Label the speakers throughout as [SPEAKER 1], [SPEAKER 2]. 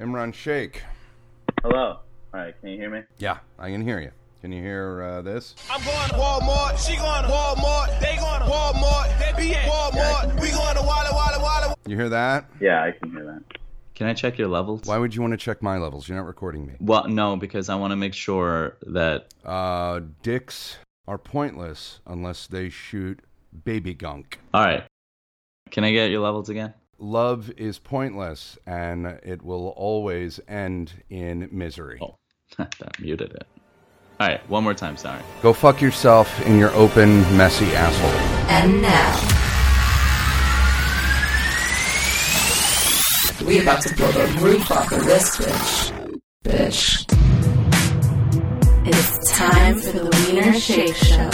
[SPEAKER 1] Imran Sheikh.
[SPEAKER 2] Hello. All right, can you hear me?
[SPEAKER 1] Yeah, I can hear you. Can you hear uh, this?
[SPEAKER 3] I'm going to Walmart, she going to Walmart, they going to Walmart, they be at Walmart, we going to Walla Walla Walla.
[SPEAKER 1] You hear that?
[SPEAKER 2] Yeah, I can hear that.
[SPEAKER 4] Can I check your levels?
[SPEAKER 1] Why would you want to check my levels? You're not recording me.
[SPEAKER 4] Well, no, because I want to make sure that
[SPEAKER 1] Uh, dicks are pointless unless they shoot baby gunk.
[SPEAKER 4] All right. Can I get your levels again?
[SPEAKER 1] Love is pointless and it will always end in misery.
[SPEAKER 4] Oh, that muted it. All right, one more time. Sorry.
[SPEAKER 1] Go fuck yourself in your open, messy asshole.
[SPEAKER 5] And now. We about to blow the roof off of this bitch. Bitch. It's time for the Wiener Shake Show.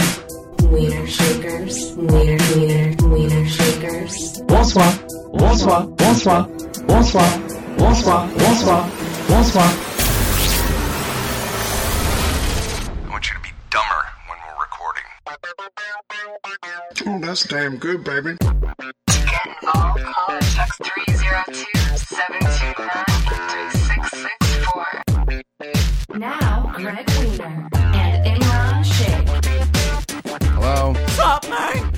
[SPEAKER 5] Wiener Shakers. Wiener, Wiener, Wiener Shakers.
[SPEAKER 6] Bonsoir, bonsoir, bonsoir, bonsoir, bonsoir, bonsoir, bonsoir.
[SPEAKER 1] I want you to be dumber when we're recording.
[SPEAKER 7] Oh, that's damn good, baby.
[SPEAKER 5] To get involved, call and text 302-729-3664. Now, Greg Wiener and Imran Shake.
[SPEAKER 1] Hello? What's up, man?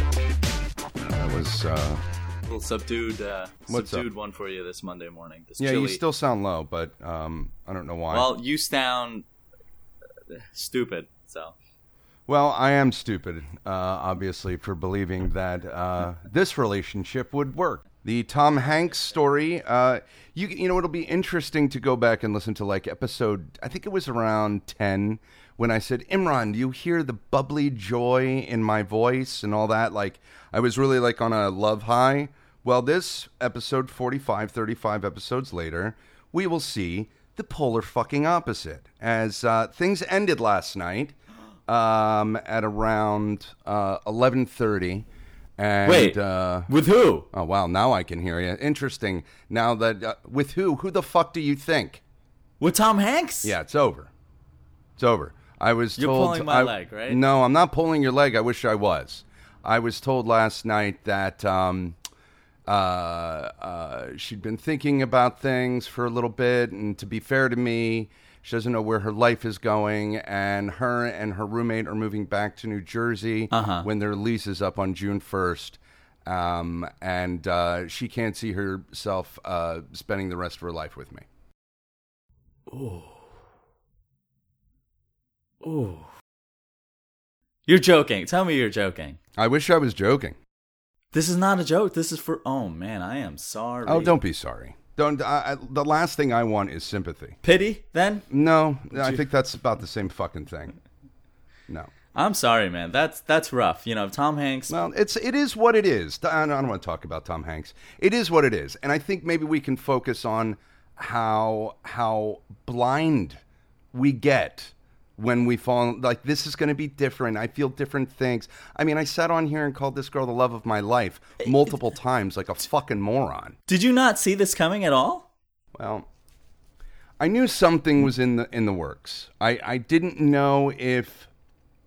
[SPEAKER 1] That was, uh,
[SPEAKER 4] Little subdued, uh,
[SPEAKER 1] What's
[SPEAKER 4] subdued
[SPEAKER 1] up?
[SPEAKER 4] one for you this Monday morning. This
[SPEAKER 1] yeah,
[SPEAKER 4] chilly.
[SPEAKER 1] you still sound low, but um, I don't know why.
[SPEAKER 4] Well, you sound uh, stupid. So
[SPEAKER 1] Well, I am stupid, uh, obviously, for believing that uh, this relationship would work. The Tom Hanks story, uh, you you know, it'll be interesting to go back and listen to like episode. I think it was around ten when I said, "Imran, do you hear the bubbly joy in my voice and all that?" Like I was really like on a love high. Well, this episode 45, 35 episodes later, we will see the polar fucking opposite. As uh, things ended last night um, at around uh, 11.30. And,
[SPEAKER 8] Wait.
[SPEAKER 1] Uh,
[SPEAKER 8] With who?
[SPEAKER 1] oh, wow, now I can hear you. Interesting. Now that, uh, with who? Who the fuck do you think?
[SPEAKER 8] With Tom Hanks?
[SPEAKER 1] Yeah, it's over. It's over. I was
[SPEAKER 8] You're
[SPEAKER 1] told.
[SPEAKER 8] pulling my
[SPEAKER 1] I-
[SPEAKER 8] leg, right?
[SPEAKER 1] No, I'm not pulling your leg. I wish I was. I was told last night that um, uh, uh, she'd been thinking about things for a little bit, and to be fair to me, she doesn't know where her life is going. And her and her roommate are moving back to New Jersey
[SPEAKER 8] Uh-huh.
[SPEAKER 1] when their lease is up on June 1st. Um, and uh, she can't see herself uh, spending the rest of her life with me.
[SPEAKER 8] Ooh. You're joking. Tell me you're joking.
[SPEAKER 1] I wish I was joking.
[SPEAKER 8] This is not a joke. This is for. Oh man, I am sorry.
[SPEAKER 1] Oh, don't be sorry. Don't. I, I, the last thing I want is sympathy.
[SPEAKER 8] pity. Then
[SPEAKER 1] No, I think that's about the same fucking thing. No.
[SPEAKER 8] I'm sorry, man. That's that's rough. You know, Tom Hanks.
[SPEAKER 1] Well, it's it is what it is. I don't, I don't want to talk about Tom Hanks. It is what it is, and I think maybe we can focus on how how blind we get when we fall. Like this is going to be different. I feel different things. I mean, I sat on here and called this girl the love of my life multiple times, like a fucking moron.
[SPEAKER 8] Did you not see this coming at all?
[SPEAKER 1] Well, I knew something was in the in the works. I, I didn't know if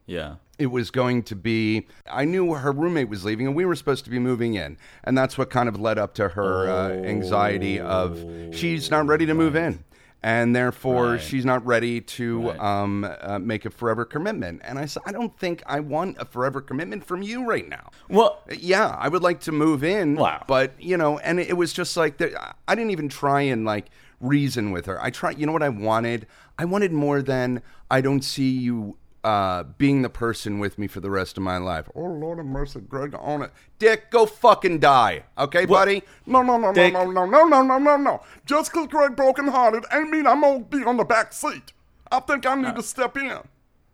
[SPEAKER 8] Yeah.
[SPEAKER 1] it was going to be. I knew her roommate was leaving, and we were supposed to be moving in, and that's what kind of led up to her uh, anxiety of she's not ready to move in, and therefore she's not ready to um, uh, make a forever commitment. And I said, I don't think I want a forever commitment from you right now.
[SPEAKER 8] Well,
[SPEAKER 1] Yeah, I would like to move in.
[SPEAKER 8] Wow.
[SPEAKER 1] But, you know, and it was just like, there, I didn't even try and like reason with her. I tried, you know what I wanted? I wanted more than I don't see you uh, being the person with me for the rest of my life. Oh, Lord of mercy, Greg, on it. Dick, go fucking die. Okay, buddy? No, no, no,
[SPEAKER 8] Dick.
[SPEAKER 1] no, no, no, no, no, no, no. Just because Greg brokenhearted ain't mean I'm going to be on the back seat. I think I need to step in.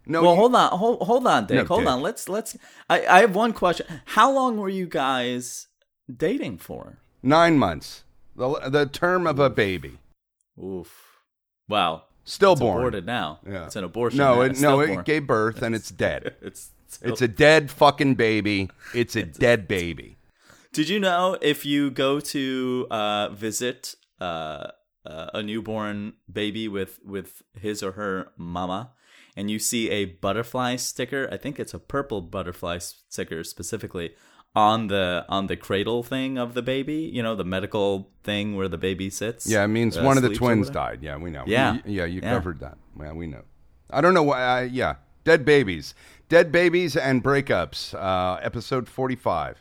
[SPEAKER 1] No,
[SPEAKER 8] Uh. well,
[SPEAKER 1] you-
[SPEAKER 8] hold on, hold, hold on, Dick.
[SPEAKER 1] No,
[SPEAKER 8] hold
[SPEAKER 1] Dick.
[SPEAKER 8] on. Let's let's. I, I have one question. How long were you guys dating for?
[SPEAKER 1] Nine months. The, the term of a baby.
[SPEAKER 8] Oof. Wow.
[SPEAKER 1] Stillborn.
[SPEAKER 8] It's aborted now.
[SPEAKER 1] Yeah.
[SPEAKER 8] It's an abortion.
[SPEAKER 1] No,
[SPEAKER 8] now.
[SPEAKER 1] it,
[SPEAKER 8] It's
[SPEAKER 1] no,
[SPEAKER 8] stillborn.
[SPEAKER 1] it gave birth and it's dead.
[SPEAKER 8] It's, still-
[SPEAKER 1] It's a dead fucking baby. It's a dead baby.
[SPEAKER 8] Did you know if you go to uh, visit uh, uh, a newborn baby with with his or her mama, and you see a butterfly sticker? I think it's a purple butterfly sticker specifically on the on the cradle thing of the baby. You know, the medical thing where the baby sits.
[SPEAKER 1] Yeah, it means
[SPEAKER 8] uh,
[SPEAKER 1] one of the
[SPEAKER 8] sleeps or
[SPEAKER 1] twins
[SPEAKER 8] whatever.
[SPEAKER 1] died. Yeah, we know.
[SPEAKER 8] Yeah.
[SPEAKER 1] You- yeah, you
[SPEAKER 8] Yeah.
[SPEAKER 1] covered that. Yeah, we know. I don't know why. I, yeah, dead babies, dead babies and breakups. Uh, episode forty-five.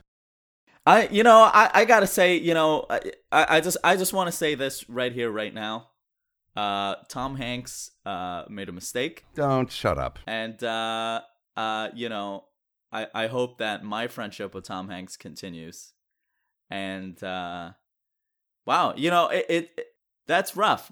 [SPEAKER 8] I you know I, I gotta say you know I I I just I just want to say this right here right now. Uh, Tom Hanks uh, made a mistake,
[SPEAKER 1] Don't shut up.
[SPEAKER 8] and uh, uh, you know I I hope that my friendship with Tom Hanks continues. And uh, wow, you know it, it, it that's rough.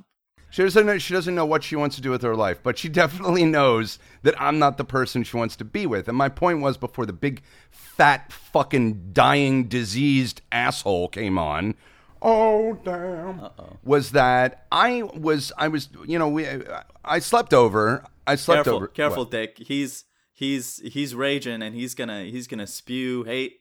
[SPEAKER 1] She doesn't. Know, she doesn't know what she wants to do with her life, but she definitely knows that I'm not the person she wants to be with. And my point was before the big, fat, fucking dying, diseased asshole came on. Oh damn! Was that I was I was you know we I slept over. I slept
[SPEAKER 8] Careful,
[SPEAKER 1] over.
[SPEAKER 8] careful,
[SPEAKER 1] What?
[SPEAKER 8] Dick. He's he's he's raging, and he's gonna he's gonna spew hate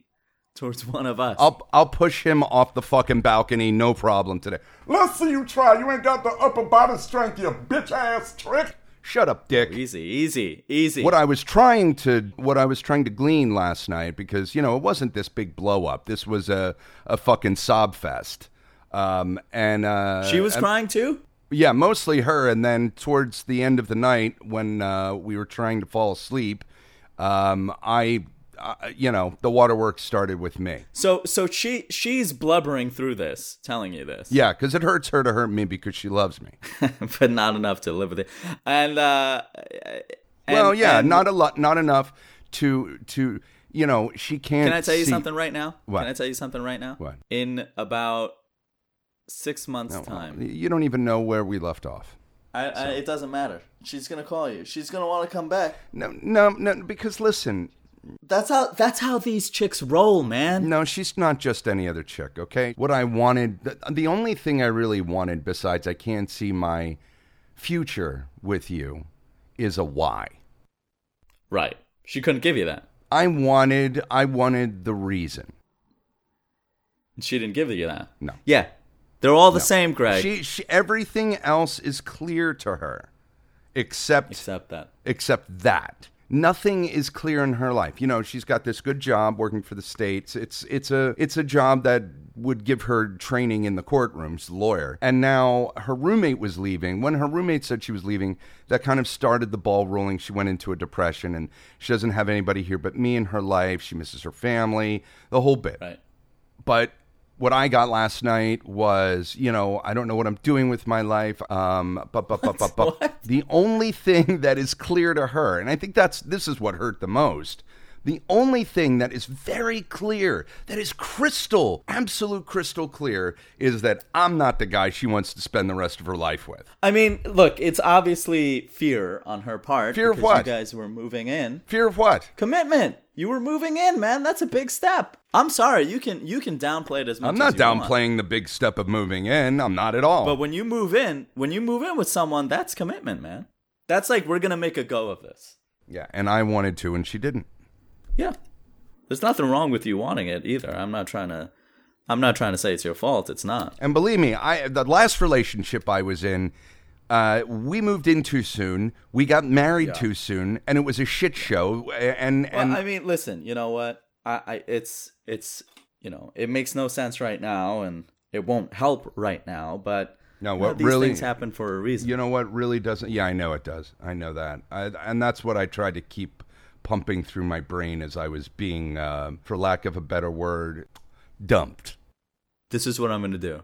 [SPEAKER 8] towards one of us.
[SPEAKER 1] I'll I'll push him off the fucking balcony, no problem today. Let's see you try. You ain't got the upper body strength, you bitch ass trick. Shut up, dick.
[SPEAKER 8] easy, easy, easy.
[SPEAKER 1] What I was trying to what I was trying to glean last night because you know it wasn't this big blow up. This was a a fucking sob fest. Um and uh
[SPEAKER 8] she was
[SPEAKER 1] and-
[SPEAKER 8] crying too.
[SPEAKER 1] yeah, mostly her. And then towards the end of the night, when uh, we were trying to fall asleep, um, I, uh, you know, the waterworks started with me.
[SPEAKER 8] So so she she's blubbering through this, telling you this.
[SPEAKER 1] Yeah, because it hurts her to hurt me because she loves me.
[SPEAKER 8] but not enough to live with it. And uh and-
[SPEAKER 1] well, yeah,
[SPEAKER 8] and-
[SPEAKER 1] not a lot, not enough to to you know. She can't.
[SPEAKER 8] Can I tell you
[SPEAKER 1] see-
[SPEAKER 8] something right now?
[SPEAKER 1] What?
[SPEAKER 8] Can I tell you something right now?
[SPEAKER 1] What?
[SPEAKER 8] In about 6 months
[SPEAKER 1] No,
[SPEAKER 8] time.
[SPEAKER 1] You don't even know where we left off.
[SPEAKER 8] I, I, it doesn't matter. She's going to call you. She's going to want to come back.
[SPEAKER 1] No, no, no. Because listen,
[SPEAKER 8] That's how that's how these chicks roll, man.
[SPEAKER 1] No, she's not just any other chick, okay? What I wanted, the, the only thing I really wanted, besides I can't see my future with you, is a why.
[SPEAKER 8] Right. She couldn't give you that.
[SPEAKER 1] I wanted, I wanted the reason.
[SPEAKER 8] She didn't give you that.
[SPEAKER 1] No.
[SPEAKER 8] Yeah. They're all the same, Greg.
[SPEAKER 1] She, she, everything else is clear to her, except
[SPEAKER 8] Except that.
[SPEAKER 1] except that nothing is clear in her life you know she's got this good job working for the states it's it's a it's a job that would give her training in the courtroom she's a lawyer and now her roommate was leaving when her roommate said she was leaving that kind of started the ball rolling she went into a depression and she doesn't have anybody here but me in her life she misses her family the whole bit
[SPEAKER 8] Right.
[SPEAKER 1] but what I got last night was, you know, I don't know what I'm doing with my life. Um, but, but, but, but, but
[SPEAKER 8] What?
[SPEAKER 1] the only thing that is clear to her, and I think that's this is what hurt the most. The only thing that is very clear, that is crystal, absolute crystal clear, is that I'm not the guy she wants to spend the rest of her life with.
[SPEAKER 8] I mean, look, it's obviously fear on her part.
[SPEAKER 1] Fear of
[SPEAKER 8] because You
[SPEAKER 1] what?
[SPEAKER 8] guys were moving in.
[SPEAKER 1] Fear of what?
[SPEAKER 8] Commitment. You were moving in, man. That's a big step. I'm sorry. You can you can downplay it as much.
[SPEAKER 1] I'm not
[SPEAKER 8] as you want.
[SPEAKER 1] downplaying the big step of moving in. I'm not at all.
[SPEAKER 8] But when you move in, when you move in with someone, that's commitment, man. That's like we're gonna make a go of this.
[SPEAKER 1] yeah, and I wanted to, and she didn't.
[SPEAKER 8] Yeah. There's nothing wrong with you wanting it either. I'm not trying to. I'm not trying to say it's your fault. It's not.
[SPEAKER 1] And believe me, I the last relationship I was in, uh, we moved in too soon. We got married too soon, and it was a shit show. And and
[SPEAKER 8] well, I mean, listen, you know what? I, I, it's, it's, you know, it makes no sense right now, and it won't help right now. But
[SPEAKER 1] No,
[SPEAKER 8] you know,
[SPEAKER 1] what
[SPEAKER 8] these
[SPEAKER 1] really-
[SPEAKER 8] things happen for a reason.
[SPEAKER 1] you know what really doesn't? Yeah, I know it does. I know that, I, and that's what I tried to keep pumping through my brain as I was being, uh, for lack of a better word, dumped.
[SPEAKER 8] this is what I'm gonna do.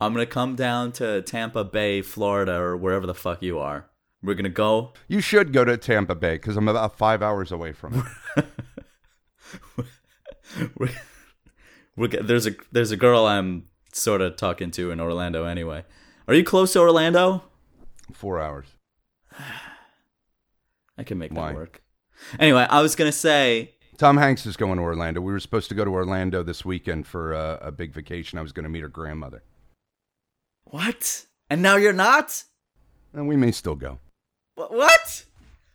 [SPEAKER 8] I'm gonna come down to Tampa Bay, Florida, or wherever the fuck you are. We're gonna go.
[SPEAKER 1] You should go to Tampa Bay because I'm about five hours away from it.
[SPEAKER 8] We're, we're, g- there's a there's a girl I'm sort of talking to in Orlando. Anyway, are you close to Orlando?
[SPEAKER 1] Four hours.
[SPEAKER 8] I can make
[SPEAKER 1] Why?
[SPEAKER 8] that work. Anyway, I was gonna say
[SPEAKER 1] Tom Hanks is going to Orlando. We were supposed to go to Orlando this weekend for uh, a big vacation. I was going to meet her grandmother.
[SPEAKER 8] What? And now you're not?
[SPEAKER 1] And we may still go.
[SPEAKER 8] Wh- What?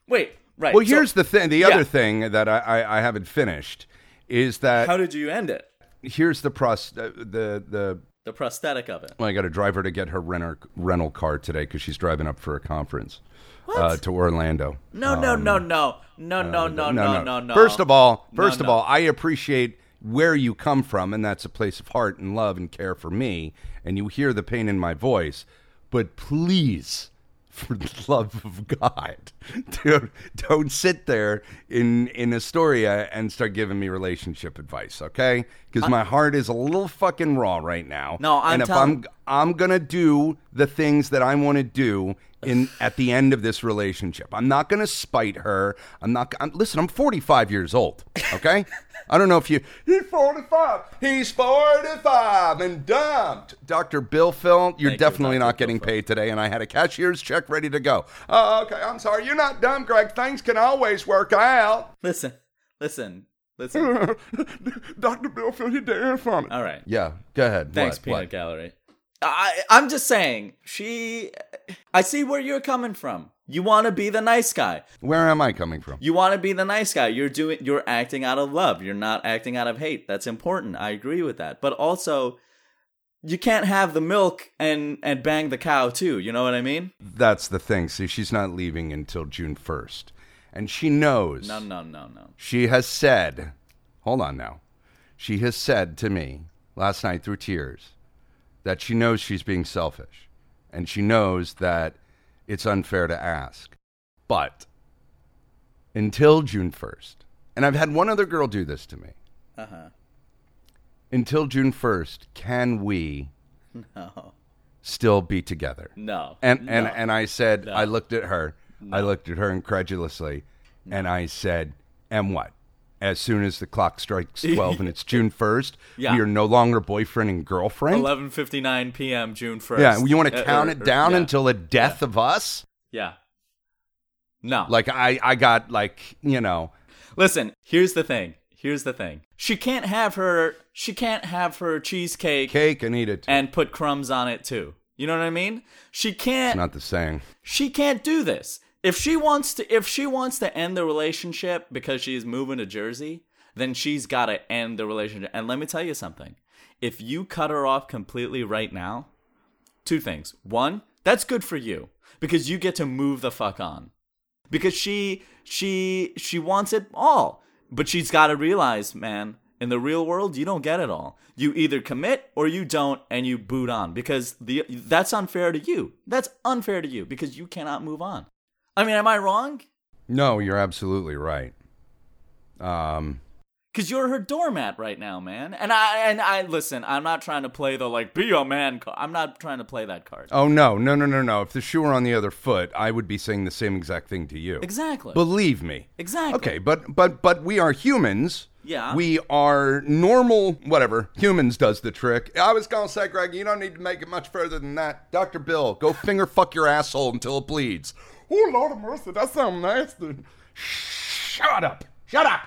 [SPEAKER 8] Wait, right.
[SPEAKER 1] Well,
[SPEAKER 8] so
[SPEAKER 1] here's the thing. The
[SPEAKER 8] yeah.
[SPEAKER 1] other thing that I, I, I haven't finished is that
[SPEAKER 8] how did you end it?
[SPEAKER 1] here's the prost- uh, the the
[SPEAKER 8] The prosthetic of it.
[SPEAKER 1] Well, I got to drive her to get her renter, rental car today because she's driving up for a conference uh, to Orlando.
[SPEAKER 8] No,
[SPEAKER 1] Um,
[SPEAKER 8] no, no, no, no,
[SPEAKER 1] Uh,
[SPEAKER 8] no, no, no, no, no.
[SPEAKER 1] First of all, first
[SPEAKER 8] no.
[SPEAKER 1] of all, I appreciate where you come from, and that's a place of heart and love and care for me. And you hear the pain in my voice, but please, for the love of God, dude, don't sit there in in Astoria and start giving me relationship advice, okay? Because my heart is a little fucking raw right now.
[SPEAKER 8] No, I'm
[SPEAKER 1] and if
[SPEAKER 8] telling-
[SPEAKER 1] I'm I'm gonna do the things that I want to do in at the end of this relationship. I'm not gonna spite her. I'm not. I'm, listen, I'm 45 years old. Okay, I don't know if you. He's 45. He's 45 and dumped. Dr. Bill Phil, you're
[SPEAKER 8] Thank you,
[SPEAKER 1] definitely
[SPEAKER 8] Dr.
[SPEAKER 1] not getting
[SPEAKER 8] Bill Phil.
[SPEAKER 1] paid today, and I had a cashier's check ready to go. Oh, okay, I'm sorry. You're not dumb, Greg. Things can always work out.
[SPEAKER 8] listen, listen, listen.
[SPEAKER 1] Dr. Bill Phil, you're damn funny.
[SPEAKER 8] all right.
[SPEAKER 1] Yeah, go ahead.
[SPEAKER 8] Thanks,
[SPEAKER 1] What?
[SPEAKER 8] Peanut
[SPEAKER 1] What?
[SPEAKER 8] Gallery. I, I'm just saying, she. I see where you're coming from. You want to be the nice guy.
[SPEAKER 1] Where am I coming from?
[SPEAKER 8] You want to be the nice guy. You're doing. You're acting out of love. You're not acting out of hate. That's important. I agree with that. But also, you can't have the milk and and bang the cow too. You know what I mean?
[SPEAKER 1] That's the thing. See, she's not leaving until June 1st. And she knows.
[SPEAKER 8] No, no, no, no.
[SPEAKER 1] She has said, hold on now. She has said to me last night through tears that she knows she's being selfish and she knows that it's unfair to ask. But until June 1st, and I've had one other girl do this to me.
[SPEAKER 8] Uh huh.
[SPEAKER 1] Until June 1st, can we
[SPEAKER 8] No.
[SPEAKER 1] still be together?
[SPEAKER 8] No.
[SPEAKER 1] And
[SPEAKER 8] no.
[SPEAKER 1] and and I said, I looked at her, I looked at her incredulously,
[SPEAKER 8] Mm.
[SPEAKER 1] and I said, "And what?" As soon as the clock strikes twelve and it's June first,
[SPEAKER 8] Yeah.
[SPEAKER 1] we are no longer boyfriend and girlfriend.
[SPEAKER 8] 11:59 p.m. June 1st.
[SPEAKER 1] Yeah, you want
[SPEAKER 8] Uh,
[SPEAKER 1] to count
[SPEAKER 8] or-
[SPEAKER 1] it
[SPEAKER 8] or-
[SPEAKER 1] down
[SPEAKER 8] yeah,
[SPEAKER 1] until the death of us?
[SPEAKER 8] Yeah. No.
[SPEAKER 1] Like I, I got like you know,
[SPEAKER 8] Listen, here's the thing. Here's the thing. She can't have her she can't have her cheesecake
[SPEAKER 1] cake and eat it. too.
[SPEAKER 8] and put crumbs on it too. You know what I mean? She
[SPEAKER 1] it's
[SPEAKER 8] can't
[SPEAKER 1] not the saying.
[SPEAKER 8] she can't do this. If she wants to if she wants to end the relationship because she's moving to Jersey, then she's got to end the relationship. And let me tell you something. If you cut her off completely right now, two things. One, that's good for you because you get to move the fuck on. Because she she she wants it all, but she's got to realize, man, in the real world you don't get it all. You either commit or you don't and you boot on because the that's unfair to you. That's unfair to you because you cannot move on. I mean, am I wrong?
[SPEAKER 1] No, you're absolutely right. Um,
[SPEAKER 8] Cause you're her doormat right now, man. And I and I listen. I'm not trying to play the like be a man. Card. I'm not trying to play that card.
[SPEAKER 1] oh no, no, no, no, no. If the shoe were on the other foot, I would be saying the same exact thing to you.
[SPEAKER 8] Exactly.
[SPEAKER 1] Believe me.
[SPEAKER 8] exactly.
[SPEAKER 1] Okay, but but but we are humans.
[SPEAKER 8] Yeah.
[SPEAKER 1] We are normal whatever. Humans does the trick. I was gonna say, Greg, you don't need to make it much further than that. Dr. Bill, go finger fuck your asshole until it bleeds. Oh Lord of mercy, that sounds nasty. Shut up. Shut up.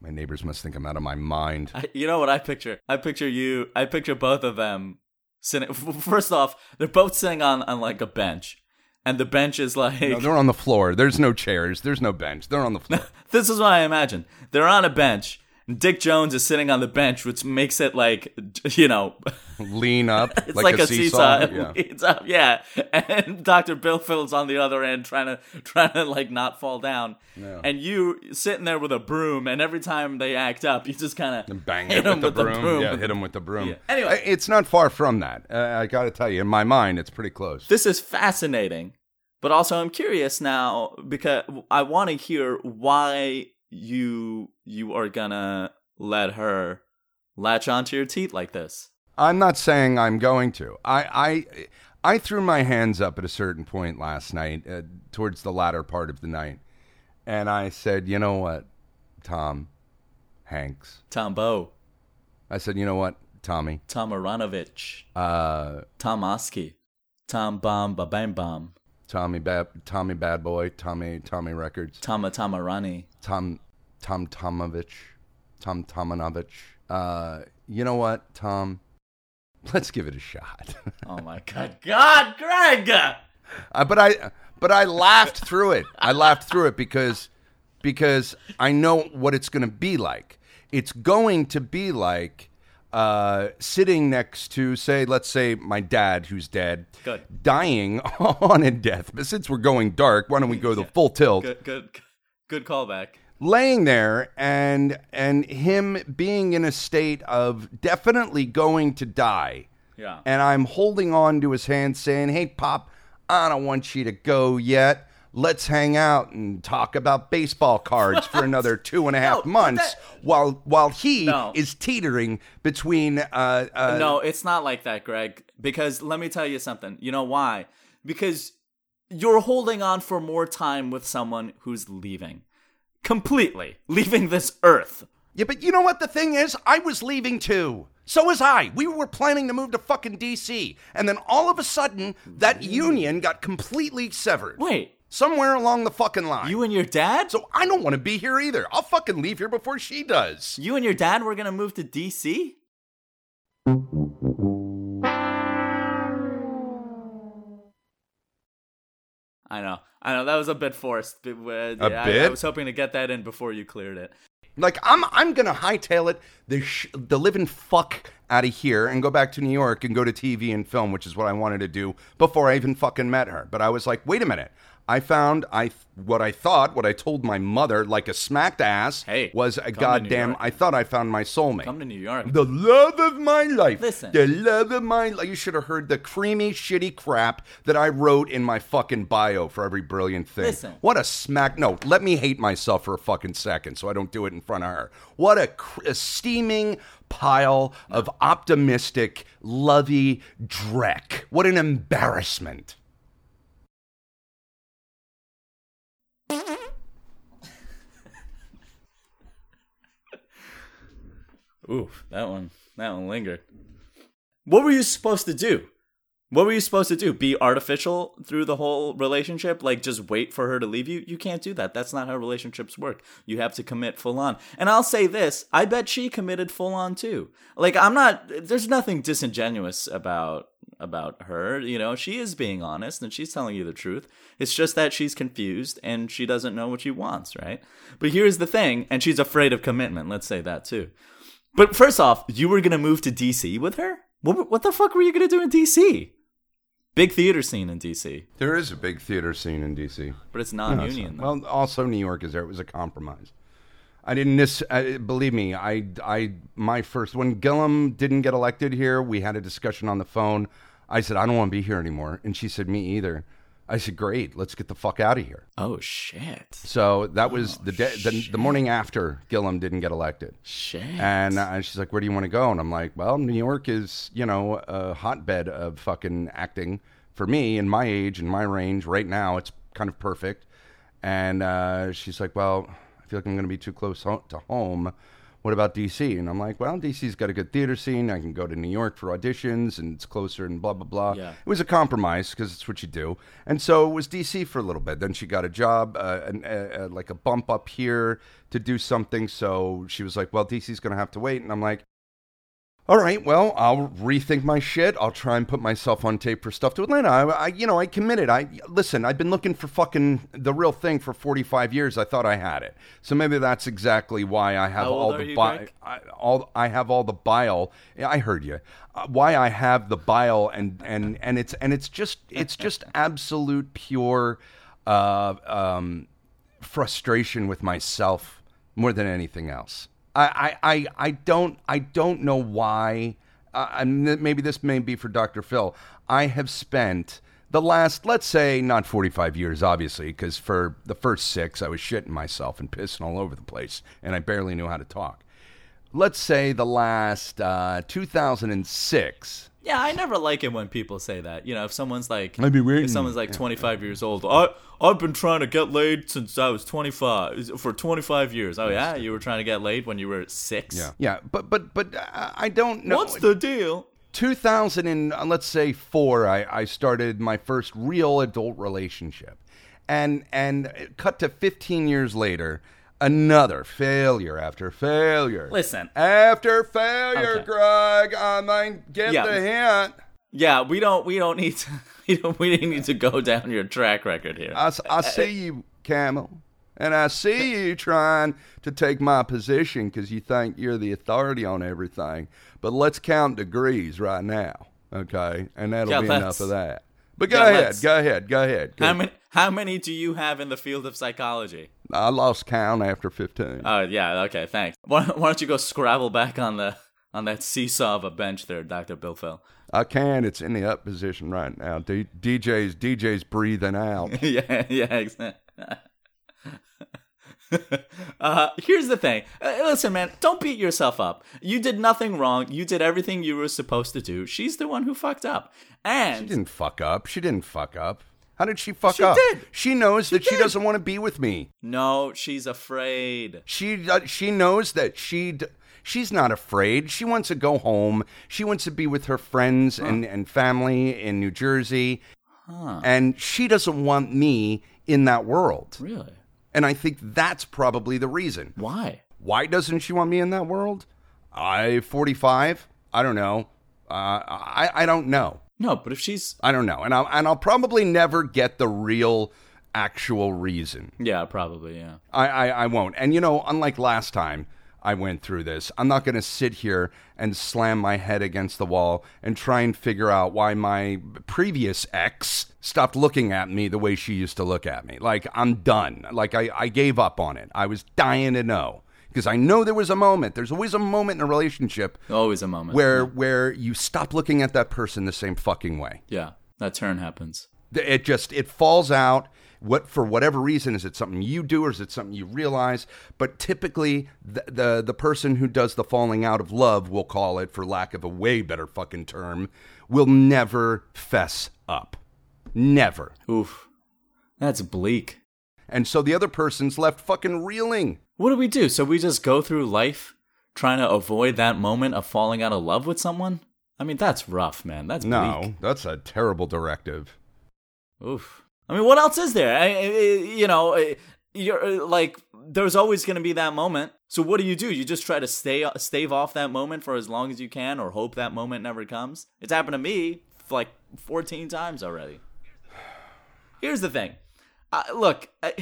[SPEAKER 1] My neighbors must think I'm out of my mind.
[SPEAKER 8] I, you know what I picture? I picture you. I picture both of them sitting. f- First off, they're both sitting on on like a bench, and the bench is like.
[SPEAKER 1] No, they're on the floor. There's no chairs. There's no bench. They're on the floor.
[SPEAKER 8] this is what I imagine. They're on a bench. and Dick Jones is sitting on the bench, which makes it like you know,
[SPEAKER 1] Lean up
[SPEAKER 8] it's
[SPEAKER 1] like,
[SPEAKER 8] like, a, seesaw.
[SPEAKER 1] seesaw. Yeah.
[SPEAKER 8] It's up, yeah. And Dr. Bill Phillips on the other end, trying to trying to like not fall down. And you sitting there with a broom, and every time they act up, you just kind of
[SPEAKER 1] bang him with, the, broom. Yeah, hit him with the broom.
[SPEAKER 8] Yeah. Anyway.
[SPEAKER 1] I- it's not far from that. Uh, I got to tell you, in my mind, it's pretty close.
[SPEAKER 8] this is fascinating but also i'm curious now because i want to hear why you you are gonna let her latch onto your teeth like this
[SPEAKER 1] I'm not saying I'm going to. I, I, I threw my hands up at a certain point last night, uh, towards the latter part of the night, and I said, you know what, Tom, Hanks.
[SPEAKER 8] tombo
[SPEAKER 1] I said, you know what, Tommy.
[SPEAKER 8] tom Aronovich,
[SPEAKER 1] Uh,
[SPEAKER 8] tom oski tom bomb ba bam bomb
[SPEAKER 1] Tommy Bad, Tommy Bad Boy, Tommy Tommy Records,
[SPEAKER 8] tama tamarani
[SPEAKER 1] Tom Tom Tomovich, Tom Tomanovich. Uh, you know what, Tom? Let's give it a shot.
[SPEAKER 8] Oh my god, God, Greg!
[SPEAKER 1] Uh, but I but I laughed through it. I laughed through it because because I know what it's going to be like. It's going to be like uh, sitting next to, say, let's say my dad, who's dead,
[SPEAKER 8] Good.
[SPEAKER 1] dying on in death. But since we're going dark, why don't we go the full tilt?
[SPEAKER 8] Good, good, good callback.
[SPEAKER 1] laying there and and him being in a state of definitely going to die
[SPEAKER 8] Yeah.
[SPEAKER 1] and i'm holding on to his hand saying hey pop i don't want you to go yet let's hang out and talk about baseball cards for another two and a half
[SPEAKER 8] No,
[SPEAKER 1] months while while he
[SPEAKER 8] No.
[SPEAKER 1] is teetering between uh, uh
[SPEAKER 8] no, it's not like that, Greg. Because let me tell you something. You know why? Because you're holding on for more time with someone who's leaving. Completely. Leaving this earth.
[SPEAKER 1] yeah but you know what the thing is i was leaving too so was I. We were planning to move to fucking DC. And then all of a sudden, that union got completely severed.
[SPEAKER 8] Wait,
[SPEAKER 1] somewhere along the fucking line.
[SPEAKER 8] you and your dad?
[SPEAKER 1] so I don't want to be here either. I'll fucking leave here before she does.
[SPEAKER 8] you and your dad were gonna move to DC? I know. I know that was a bit forced. but, uh, I- I
[SPEAKER 1] bit?
[SPEAKER 8] was hoping to get that in before you cleared it.
[SPEAKER 1] Like I'm, I'm gonna hightail it the sh- the living fuck out of here and go back to New York and go to TV and film, which is what I wanted to do before I even fucking met her. But I was like, wait a minute. I found I what I thought, what I told my mother, like a smacked ass,
[SPEAKER 8] Hey,
[SPEAKER 1] was
[SPEAKER 8] come
[SPEAKER 1] a
[SPEAKER 8] to New
[SPEAKER 1] goddamn.
[SPEAKER 8] York.
[SPEAKER 1] I thought I found my soulmate.
[SPEAKER 8] Come to New York.
[SPEAKER 1] The love of my life.
[SPEAKER 8] Listen.
[SPEAKER 1] The love of my life. You should have heard the creamy, shitty crap that I wrote in my fucking bio for every brilliant thing.
[SPEAKER 8] Listen.
[SPEAKER 1] What a smack. No, let me hate myself for a fucking second so I don't do it in front of her. What a, cr- a steaming pile of optimistic, lovey dreck. What an embarrassment.
[SPEAKER 8] Ooh, that one, that one lingered. What were you supposed to do? What were you supposed to do? Be artificial through the whole relationship? Like just wait for her to leave you? You can't do that. That's not how relationships work. You have to commit full on. And I'll say this, I bet she committed full on too. Like I'm not there's nothing disingenuous about about her, you know. She is being honest and she's telling you the truth. It's just that she's confused and she doesn't know what she wants, right? But here's the thing, and she's afraid of commitment. Let's say that too. But first off, you were gonna move to DC with her. What, what the fuck were you gonna do in DC? Big theater scene in DC,
[SPEAKER 1] There is a big theater scene in D.C.
[SPEAKER 8] but it's non-union. though.
[SPEAKER 1] Well, also New York is there. It was a compromise. I didn't miss. I, believe me, I, I, my first when Gillum didn't get elected here, we had a discussion on the phone. I said I don't want to be here anymore, and she said me either. I said great, let's get the fuck out of here.
[SPEAKER 8] oh shit!
[SPEAKER 1] So that was the day, the, the morning after Gillum didn't get elected.
[SPEAKER 8] Shit.
[SPEAKER 1] And uh, she's like, "Where do you want to go?" And I'm like, "Well, New York is, you know, a hotbed of fucking acting for me in my age and my range right now. It's kind of perfect." And uh, she's like, "Well, I feel like I'm going to be too close ho- to home. What about DC?" And I'm like, "Well, DC's got a good theater scene. I can go to New York for auditions, and it's closer, and blah blah blah."
[SPEAKER 8] Yeah.
[SPEAKER 1] It was a compromise because it's what you do. And so it was DC for a little bit. Then she got a job, uh, an, uh, uh, like a bump up here to do something. So she was like, well, DC's going to have to wait. And I'm like, all right, well, I'll rethink my shit. I'll try and put myself on tape for stuff to Atlanta. I, I you know, I committed. I listen. I've been looking for fucking the real thing for 45 years. I thought I had it. So maybe that's exactly why I have
[SPEAKER 8] How old
[SPEAKER 1] all
[SPEAKER 8] are
[SPEAKER 1] the
[SPEAKER 8] you,
[SPEAKER 1] bi-
[SPEAKER 8] Greg?
[SPEAKER 1] I, all I have all the bile. Yeah, I heard you. Uh, why I have the bile and and and it's and it's just it's just absolute pure uh, um, frustration with myself more than anything else. I I I, I don't I don't know why. Uh, and th- maybe this may be for Dr. Phil. I have spent the last, let's say, not 45 years, obviously, because for the first six, I was shitting myself and pissing all over the place, and I barely knew how to talk let's say the last uh, 2006.
[SPEAKER 8] Yeah, I never like it when people say that. You know, if someone's like,
[SPEAKER 1] I'd be waiting.
[SPEAKER 8] if someone's like 25 years old, I I've been trying to get laid since I was 25 for 25 years. Oh yeah, you were trying to get laid when you were six.
[SPEAKER 1] Yeah, but but but uh, I don't know.
[SPEAKER 8] What's the deal?
[SPEAKER 1] 2000 and uh, let's say four? I, I started my first real adult relationship, and and cut to 15 years later. Another failure after failure.
[SPEAKER 8] Listen.
[SPEAKER 1] After failure,
[SPEAKER 8] Okay.
[SPEAKER 1] Greg. I might get
[SPEAKER 8] Yeah.
[SPEAKER 1] the hint.
[SPEAKER 8] Yeah, we don't we don't need to we don't we didn't need to go down your track record here.
[SPEAKER 1] I, s- I see you, Camel. And I see you trying to take my position because you think you're the authority on everything. But let's count degrees right now, okay? And that'll
[SPEAKER 8] Yeah,
[SPEAKER 1] be
[SPEAKER 8] let's-
[SPEAKER 1] enough of that. But go
[SPEAKER 8] Yeah,
[SPEAKER 1] ahead,
[SPEAKER 8] let's-
[SPEAKER 1] go ahead, go ahead. Go-
[SPEAKER 8] how many how many do you have in the field of psychology?
[SPEAKER 1] I lost count after 15.
[SPEAKER 8] Oh yeah, okay, thanks. Why, why don't you go scrabble back on the on that seesaw of a bench there, Doctor Bill Phil?
[SPEAKER 1] I can. It's in the up position right now. D- DJ's DJ's breathing out.
[SPEAKER 8] yeah, yeah, exactly. uh, here's the thing. Uh, listen, man, don't beat yourself up. You did nothing wrong. You did everything you were supposed to do. She's the one who fucked up.
[SPEAKER 1] She
[SPEAKER 8] And
[SPEAKER 1] didn't fuck up. She didn't fuck up. How did she fuck
[SPEAKER 8] She
[SPEAKER 1] up?
[SPEAKER 8] did.
[SPEAKER 1] She knows that she
[SPEAKER 8] did.
[SPEAKER 1] doesn't want to be with me.
[SPEAKER 8] no, she's afraid.
[SPEAKER 1] She uh, she knows that she d- she's not afraid. She wants to go home. She wants to be with her friends and, and family in New Jersey. And she doesn't want me in that world.
[SPEAKER 8] Really?
[SPEAKER 1] And I think that's probably the reason.
[SPEAKER 8] Why?
[SPEAKER 1] Why doesn't she want me in that world? I 45. I don't know. Uh, I I don't know.
[SPEAKER 8] No, but if she's
[SPEAKER 1] I don't know. And I'll and I'll probably never get the real actual reason.
[SPEAKER 8] yeah, probably yeah.
[SPEAKER 1] I, I, I won't. And you know, unlike last time I went through this, I'm not going to sit here and slam my head against the wall and try and figure out why my previous ex stopped looking at me the way she used to look at me. Like, I'm done. Like, I, I gave up on it. I was dying to know. Because I know there was a moment. There's always a moment in a relationship
[SPEAKER 8] Always a moment
[SPEAKER 1] where where you stop looking at that person the same fucking way.
[SPEAKER 8] yeah that turn happens.
[SPEAKER 1] Th- it just it falls out what for whatever reason is it something you do or is it something you realize but typically the, the the person who does the falling out of love we'll call it for lack of a way better fucking term will never fess up never
[SPEAKER 8] Oof, that's bleak.
[SPEAKER 1] and so the other person's left fucking reeling
[SPEAKER 8] What do we do? So we just go through life trying to avoid that moment of falling out of love with someone? I mean, that's rough, man. That's bleak.
[SPEAKER 1] no that's a terrible directive
[SPEAKER 8] Oof. I mean, what else is there? I, I, you know, I- you're uh, like, there's always going to be that moment. So what do you do? You just try to stay stave off that moment for as long as you can, or hope that moment never comes. It's happened to me like 14 times already. Here's the thing. I, look, I,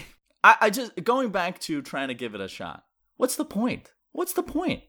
[SPEAKER 8] I I just going back to trying to give it a shot. What's the point? What's the point?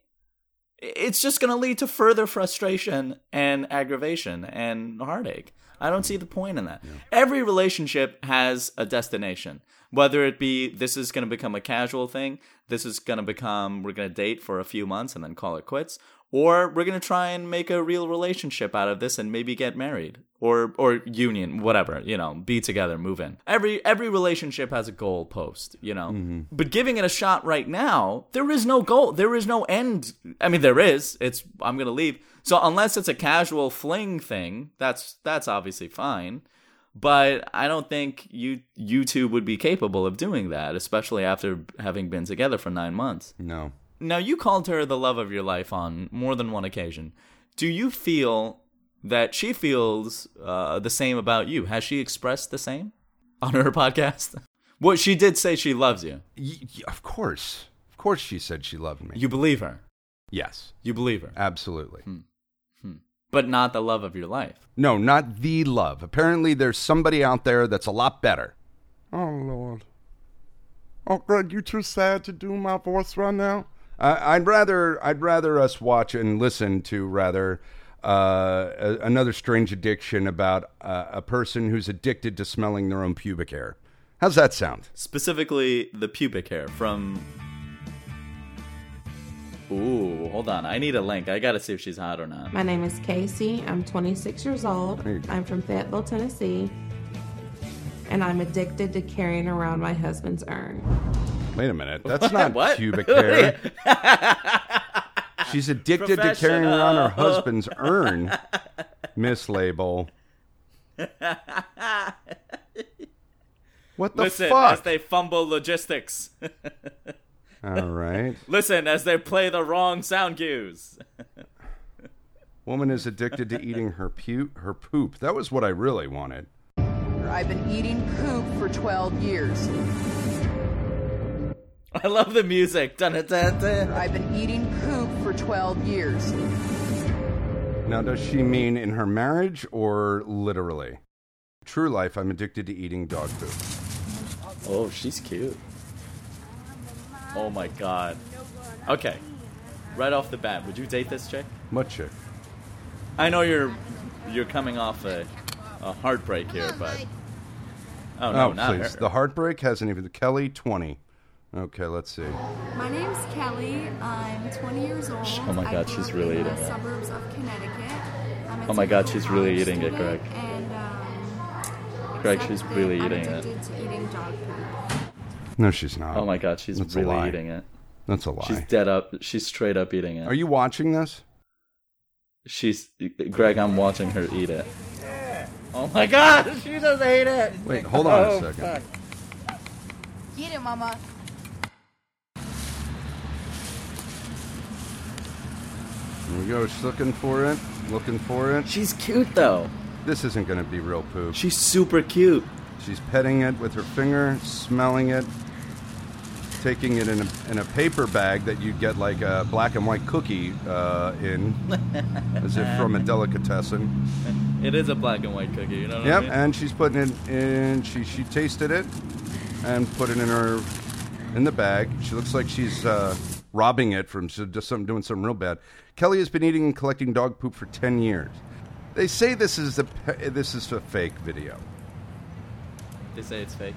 [SPEAKER 8] it's just going to lead to further frustration and aggravation and heartache. I don't see the point in that. Every relationship has a destination, whether it be this is going to become a casual thing, this is going to become we're going to date for a few months and then call it quits, or we're going to try and make a real relationship out of this and maybe get married or or union whatever you know be together move in every every relationship has a goal post you know but giving it a shot right now there is no goal there is no end i mean there is it's i'm gonna leave so unless it's a casual fling thing that's that's obviously fine but i don't think you you two would be capable of doing that especially after having been together for nine months
[SPEAKER 1] no
[SPEAKER 8] now, you called her the love of your life on more than one occasion. Do you feel that she feels uh, the same about you? Has she expressed the same on her podcast? Well, she did say she loves you.
[SPEAKER 1] y- y- of course of course she said she loved me
[SPEAKER 8] You believe her.
[SPEAKER 1] yes
[SPEAKER 8] You believe her.
[SPEAKER 1] absolutely
[SPEAKER 8] But not the love of your life.
[SPEAKER 1] No, not the love. Apparently, there's somebody out there that's a lot better. Oh, Lord. Oh, Greg, you too sad to do my voice right now? I, I'd rather I'd rather us watch and listen to rather uh, a, another strange addiction about uh, a person who's addicted to smelling their own pubic hair. How's that sound?
[SPEAKER 8] Specifically, the pubic hair from. Ooh, hold on. I need a link. I gotta see if she's hot or not.
[SPEAKER 7] My name is Casey. I'm 26 years old. I'm from Fayetteville, Tennessee. And I'm addicted to carrying around my husband's urn.
[SPEAKER 1] Wait a minute, that's not
[SPEAKER 8] What?
[SPEAKER 1] pubic hair. She's addicted to carrying around her
[SPEAKER 8] Professional.
[SPEAKER 1] husband's urn. Mislabel. What the
[SPEAKER 8] Listen, as
[SPEAKER 1] fuck?
[SPEAKER 8] they fumble logistics.
[SPEAKER 1] All right.
[SPEAKER 8] Listen as they play the wrong sound cues.
[SPEAKER 1] Woman is addicted to eating her pu- her poop. That was what I really wanted.
[SPEAKER 9] I've been eating poop for 12 years.
[SPEAKER 8] I love the music. Dun, dun, dun, dun.
[SPEAKER 9] I've been eating poop for 12 years.
[SPEAKER 1] Now, does she mean in her marriage or literally? True life, I'm addicted to eating dog food.
[SPEAKER 8] Oh, she's cute. Oh my god. Okay. Right off the bat, would you date this chick?
[SPEAKER 1] What chick?
[SPEAKER 8] I know you're you're coming off a, a heartbreak here, but oh no,
[SPEAKER 1] oh,
[SPEAKER 8] not
[SPEAKER 1] please.
[SPEAKER 8] her.
[SPEAKER 1] The heartbreak hasn't even. Kelly, 20. Okay, let's see.
[SPEAKER 10] My name's Kelly. I'm 20 years old.
[SPEAKER 8] oh my
[SPEAKER 10] I
[SPEAKER 8] God,
[SPEAKER 10] grew
[SPEAKER 8] she's
[SPEAKER 10] up
[SPEAKER 8] really
[SPEAKER 10] in
[SPEAKER 8] eating
[SPEAKER 10] the
[SPEAKER 8] it.
[SPEAKER 10] Suburbs of Connecticut. I'm a
[SPEAKER 8] Oh my God,
[SPEAKER 10] typical
[SPEAKER 8] she's really
[SPEAKER 10] college
[SPEAKER 8] eating it,
[SPEAKER 10] student,
[SPEAKER 8] Greg.
[SPEAKER 10] And, um,
[SPEAKER 8] Greg,
[SPEAKER 10] except
[SPEAKER 8] she's
[SPEAKER 10] that
[SPEAKER 8] really
[SPEAKER 10] I'm
[SPEAKER 8] eating it.
[SPEAKER 10] addicted to eating dog food.
[SPEAKER 1] No, she's not.
[SPEAKER 8] oh my god, she's
[SPEAKER 1] That's a lie.
[SPEAKER 8] really eating it.
[SPEAKER 1] That's a lie.
[SPEAKER 8] She's dead up. She's straight up eating it.
[SPEAKER 1] Are you watching this?
[SPEAKER 8] She's Greg. I'm watching her eat it. Oh my god, she does hate it.
[SPEAKER 1] Wait, hold on
[SPEAKER 8] Oh,
[SPEAKER 1] a second.
[SPEAKER 8] fuck.
[SPEAKER 9] Eat it, mama.
[SPEAKER 1] Here we go. She's looking for it. Looking for it.
[SPEAKER 8] She's cute though.
[SPEAKER 1] This isn't going to be real poop.
[SPEAKER 8] She's super cute.
[SPEAKER 1] She's petting it with her finger, smelling it, taking it in a, in a paper bag that you'd get like a black and white cookie uh, in, as if from a delicatessen.
[SPEAKER 8] It is a black and white cookie. You know what
[SPEAKER 1] Yep,
[SPEAKER 8] I mean?
[SPEAKER 1] and she's putting it in. She she tasted it and put it in her in the bag. She looks like she's uh, robbing it from so- just something doing something real bad. Kelly has been eating and collecting dog poop for ten years. They say this is the pe- this is a fake video.
[SPEAKER 8] They say it's fake.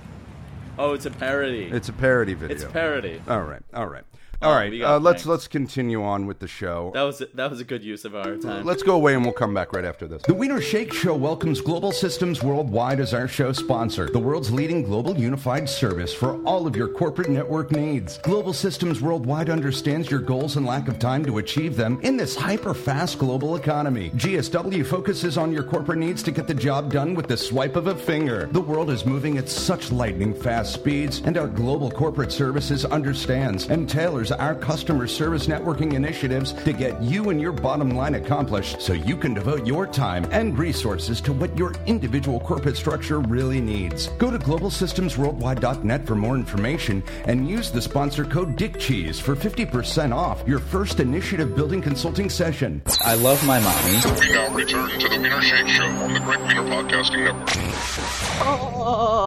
[SPEAKER 8] Oh, it's a parody.
[SPEAKER 1] It's a parody video.
[SPEAKER 8] It's parody.
[SPEAKER 1] All right, all right, all right.
[SPEAKER 8] we got
[SPEAKER 1] Uh, let's
[SPEAKER 8] thanks.
[SPEAKER 1] let's continue on with the show.
[SPEAKER 8] That was that was a good use of our time.
[SPEAKER 1] Let's go away and we'll come back right after this.
[SPEAKER 11] The Wiener Shake Show welcomes Global Systems Worldwide as our show sponsor, the world's leading global unified service for all of your corporate network needs. Global Systems Worldwide understands your goals and lack of time to achieve them in this hyper fast global economy. GSW focuses on your corporate needs to get the job done with the swipe of a finger. The world is moving at such lightning fast speeds, and our global corporate services understands and tailors our customer service networking initiatives to get you and your bottom line accomplished so you can devote your time and resources to what your individual corporate structure really needs. Go to globalsystemsworldwide.net for more information and use the sponsor code DICKCHEESE for 50% off your first initiative building consulting session.
[SPEAKER 8] I love my mommy.
[SPEAKER 12] We now return to the Wiener Shake Show on the Greg Wiener Podcasting Network.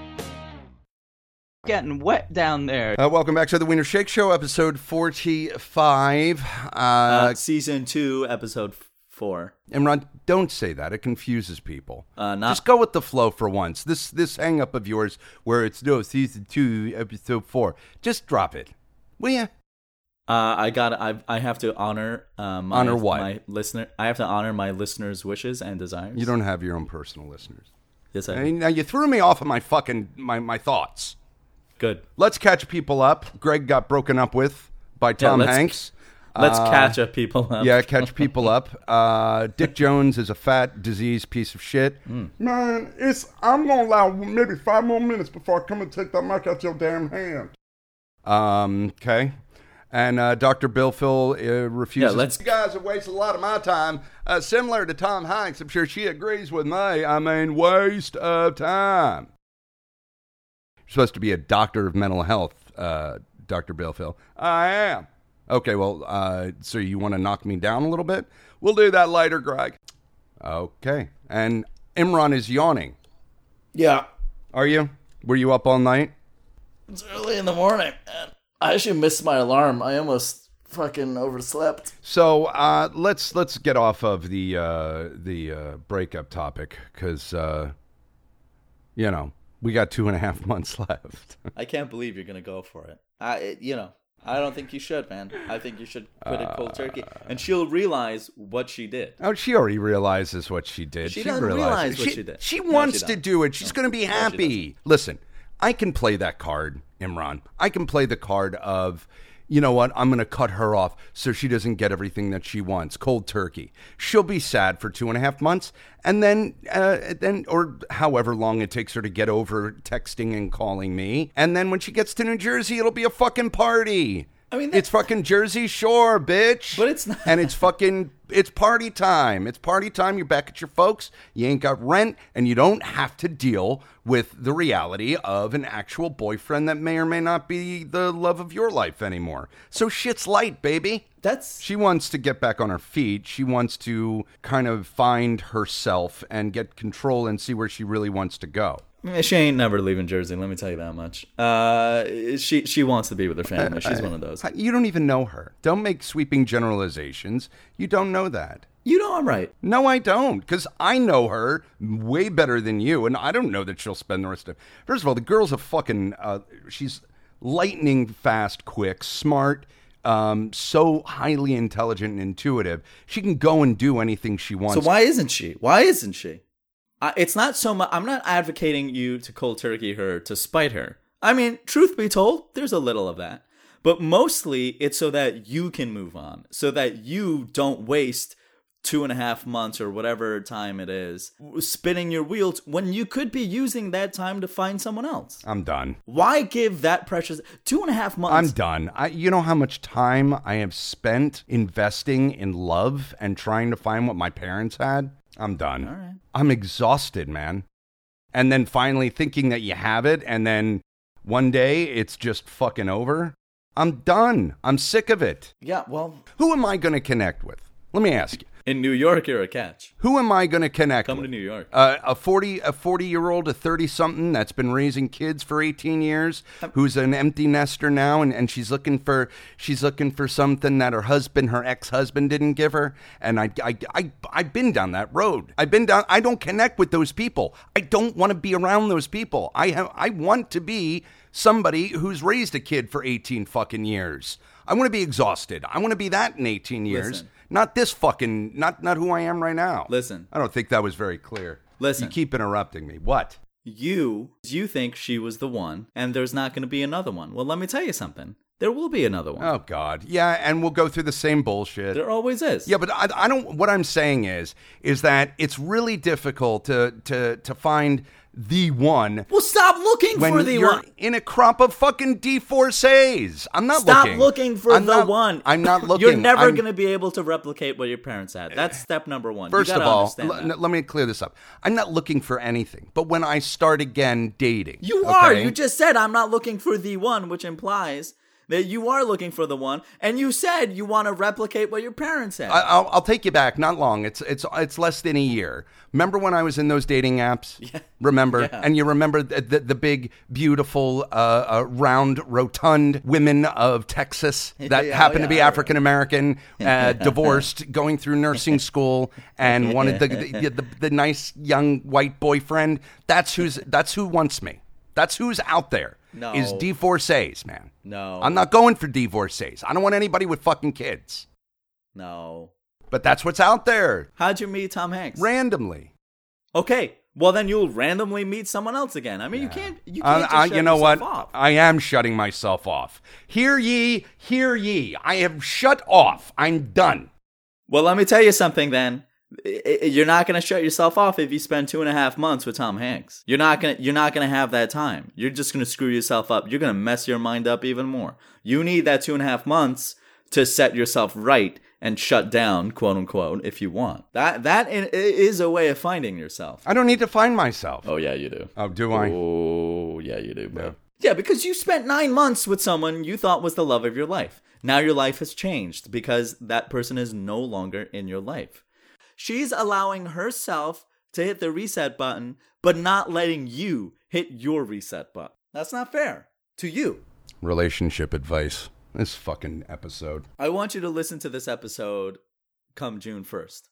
[SPEAKER 13] Getting wet down there.
[SPEAKER 1] Uh, welcome back to the Wiener Shake Show, episode 45. Uh,
[SPEAKER 8] Uh, season two, episode f- four.
[SPEAKER 1] Imran, don't say that. It confuses people.
[SPEAKER 8] Uh, not-
[SPEAKER 1] Just go with the flow for once. This this hang up of yours where it's no season two, episode four. Just drop it. Will ya?
[SPEAKER 8] Uh, I got. I I have to honor. Uh, my,
[SPEAKER 1] Honor what?
[SPEAKER 8] My listener. I have to honor my listeners' wishes and desires.
[SPEAKER 1] You don't have your own personal listeners.
[SPEAKER 8] Yes, I.
[SPEAKER 1] I mean, now you threw me off of my fucking my, my thoughts.
[SPEAKER 8] Good.
[SPEAKER 1] Let's catch people up. Greg got broken up with by Tom
[SPEAKER 8] let's-
[SPEAKER 1] Hanks.
[SPEAKER 8] let's catch up people up.
[SPEAKER 1] Uh, Yeah, catch people up. Uh, Dick Jones is a fat, diseased piece of shit.
[SPEAKER 8] Hmm.
[SPEAKER 14] Man, it's I'm gonna allow maybe five more minutes before I come and take that mic out your damn hand.
[SPEAKER 1] Um, okay. And uh, Dr. Bill Phil uh, refuses.
[SPEAKER 14] Yeah, let's-
[SPEAKER 1] You guys have wasted a lot of my time. Uh, similar to Tom Hanks, I'm sure she agrees with me. I mean, waste of time. You're supposed to be a doctor of mental health, uh, Dr. Bill Phil. I am. Okay, well, uh, so you want to knock me down a little bit? We'll do that later, Greg. Okay. And Imran is yawning.
[SPEAKER 8] Yeah.
[SPEAKER 1] Are you? Were you up all night?
[SPEAKER 4] It's early in the morning. man. I actually missed my alarm. I almost fucking overslept.
[SPEAKER 1] So uh, let's let's get off of the uh, the uh, breakup topic because uh, you know we got two and a half months left.
[SPEAKER 8] I can't believe you're gonna go for it. I, it- you know, I don't think you should, man. I think you should quit it cold turkey, and she'll realize what she did.
[SPEAKER 1] oh, she already realizes what she did.
[SPEAKER 8] She doesn't
[SPEAKER 1] realizes-
[SPEAKER 8] realize what
[SPEAKER 1] she
[SPEAKER 8] she did.
[SPEAKER 1] She
[SPEAKER 8] No,
[SPEAKER 1] wants
[SPEAKER 8] she
[SPEAKER 1] to
[SPEAKER 8] doesn't.
[SPEAKER 1] do it. She's going to be
[SPEAKER 8] No, she
[SPEAKER 1] happy. Listen, I can play that card, Imran. I can play the card of, you know what, I'm going to cut her off so she doesn't get everything that she wants. Cold turkey. She'll be sad for two and a half months, and then, uh, then, or however long it takes her to get over texting and calling me. And then when she gets to New Jersey, it'll be a fucking party. I mean, it's fucking Jersey Shore, bitch. But it's not. And it's fucking, it's party time. It's party time. You're back at your folks. You ain't got rent, and you don't have to deal with the reality of an actual boyfriend that may or may not be the love of your life anymore. So shit's light, baby.
[SPEAKER 8] That's.
[SPEAKER 1] She wants to get back on her feet. She wants to kind of find herself and get control and see where she really wants to go.
[SPEAKER 8] She ain't never leaving Jersey. Let me tell you that much. Uh, she she wants to be with her family. She's one of those.
[SPEAKER 1] You don't even know her. Don't make sweeping generalizations. You don't know that.
[SPEAKER 8] You know I'm right.
[SPEAKER 1] No, I don't, because I know her way better than you, and I don't know that she'll spend the rest of. First of all, the girl's a fucking. Uh, she's lightning fast, quick, smart um, so highly intelligent and intuitive. She can go and do anything she wants.
[SPEAKER 8] So why isn't she? Why isn't she? I, it's not so much. I'm not advocating you to cold turkey her to spite her. I mean, truth be told, there's a little of that, but mostly it's so that you can move on, so that you don't waste two and a half months or whatever time it is spinning your wheels when you could be using that time to find someone else
[SPEAKER 1] I'm done.
[SPEAKER 8] why give that precious two and a half months
[SPEAKER 1] I'm done. I, you know how much time I have spent investing in love and trying to find what my parents had? I'm done.
[SPEAKER 8] All right.
[SPEAKER 1] I'm exhausted, man. And then finally thinking that you have it, and then one day it's just fucking over. I'm done. I'm sick of it.
[SPEAKER 8] yeah well
[SPEAKER 1] Who am I going to connect with? Let me ask you.
[SPEAKER 8] in new york you're a catch
[SPEAKER 1] Who am I going to connect
[SPEAKER 8] come
[SPEAKER 1] with?
[SPEAKER 8] to new york
[SPEAKER 1] Uh, a 40 a 40 year old a 30 something that's been raising kids for 18 years who's an empty nester now and, and she's looking for she's looking for something that her husband her ex-husband didn't give her and I, I, I I've been down that road I've been down I don't connect with those people I don't want to be around those people I have I want to be somebody who's raised a kid for 18 fucking years I want to be exhausted I want to be that in 18 years
[SPEAKER 8] Listen.
[SPEAKER 1] not this fucking not not who I am right now
[SPEAKER 8] listen
[SPEAKER 1] I don't think that was very clear.
[SPEAKER 8] Listen.
[SPEAKER 1] you keep interrupting me. What?
[SPEAKER 8] you you think she was the one and there's not going to be another one well let me tell you something there will be another one
[SPEAKER 1] Oh God, yeah, and we'll go through the same bullshit.
[SPEAKER 8] there always is
[SPEAKER 1] yeah, but I, I don't. What I'm saying is, is that it's really difficult to to to find the one
[SPEAKER 8] well stop looking
[SPEAKER 1] when
[SPEAKER 8] for the
[SPEAKER 1] you're
[SPEAKER 8] one
[SPEAKER 1] in a crop of fucking divorcees. I'm not
[SPEAKER 8] Stop
[SPEAKER 1] looking.
[SPEAKER 8] looking, for
[SPEAKER 1] I'm
[SPEAKER 8] the
[SPEAKER 1] not-
[SPEAKER 8] one.
[SPEAKER 1] I'm not looking.
[SPEAKER 8] You're never
[SPEAKER 1] I'm- Eh,
[SPEAKER 8] going to be able to replicate what your parents had. That's step number one.
[SPEAKER 1] First
[SPEAKER 8] you
[SPEAKER 1] of
[SPEAKER 8] gotta
[SPEAKER 1] all,
[SPEAKER 8] understand
[SPEAKER 1] l-
[SPEAKER 8] that.
[SPEAKER 1] n- let me clear this up. I'm not looking for anything. But when I start again dating,
[SPEAKER 8] you are.
[SPEAKER 1] okay?
[SPEAKER 8] You just said I'm not looking for the one, which implies that you are looking for the one, and you said you want to replicate what your parents had.
[SPEAKER 1] I, I'll, I'll take you back. Not long. It's it's it's less than a year. Remember when I was in those dating apps? Yeah. Remember,
[SPEAKER 8] Yeah.
[SPEAKER 1] and you remember the the, the big, beautiful, uh, uh, round, rotund women of Texas that
[SPEAKER 8] Yeah,
[SPEAKER 1] happened
[SPEAKER 8] oh,
[SPEAKER 1] to be
[SPEAKER 8] yeah, I
[SPEAKER 1] African American, uh, divorced, going through nursing school, and wanted the the, the the nice young white boyfriend. That's who's that's who wants me. That's who's out there.
[SPEAKER 8] No.
[SPEAKER 1] Is divorcees, man.
[SPEAKER 8] no,
[SPEAKER 1] I'm not going for divorcees. I don't want anybody with fucking kids.
[SPEAKER 8] No.
[SPEAKER 1] But that's what's out there
[SPEAKER 8] How'd you meet Tom Hanks?
[SPEAKER 1] randomly.
[SPEAKER 8] okay. Well, then you'll randomly meet someone else again. I mean, you can't. You can't.
[SPEAKER 1] I-
[SPEAKER 8] just
[SPEAKER 1] I-
[SPEAKER 8] shut
[SPEAKER 1] Uh, you know
[SPEAKER 8] yourself
[SPEAKER 1] what?
[SPEAKER 8] off.
[SPEAKER 1] I am shutting myself off. Hear ye, hear ye. I am shut off. I'm done.
[SPEAKER 8] Well, let me tell you something then. I- I- You're not going to shut yourself off if you spend two and a half months with Tom Hanks. You're not going to you're not going to have that time. You're just going to screw yourself up. You're going to mess your mind up even more. You need that two and a half months to set yourself right and shut down, quote unquote, if you want. That that i- i- is a way of finding yourself.
[SPEAKER 1] I don't need to find myself.
[SPEAKER 8] Oh yeah, you do.
[SPEAKER 1] Oh, do I?
[SPEAKER 8] Oh yeah, you do, bro. Yeah, because you spent nine months with someone you thought was the love of your life. Now your life has changed because that person is no longer in your life. She's allowing herself to hit the reset button, but not letting you hit your reset button. That's not fair to you.
[SPEAKER 1] Relationship advice. This fucking episode.
[SPEAKER 8] I want you to listen to this episode come June 1st.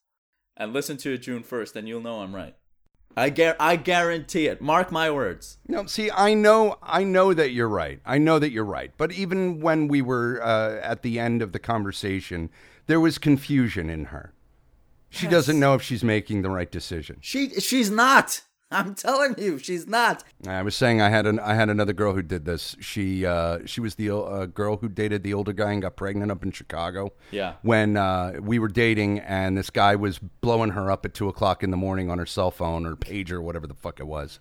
[SPEAKER 8] And listen to it June 1st, and you'll know I'm right. I, gar- I guarantee it. Mark my words.
[SPEAKER 1] No, see, I know, I know that you're right. I know that you're right. But even when we were uh, at the end of the conversation, there was confusion in her. She doesn't know if she's making the right decision.
[SPEAKER 8] She she's not.
[SPEAKER 13] I'm telling you, she's not.
[SPEAKER 1] I was saying I had an I had another girl who did this. She uh, she was the uh, girl who dated the older guy and got pregnant up in Chicago.
[SPEAKER 8] Yeah.
[SPEAKER 1] When uh, we were dating, and this guy was blowing her up at two o'clock in the morning on her cell phone or pager, whatever the fuck it was,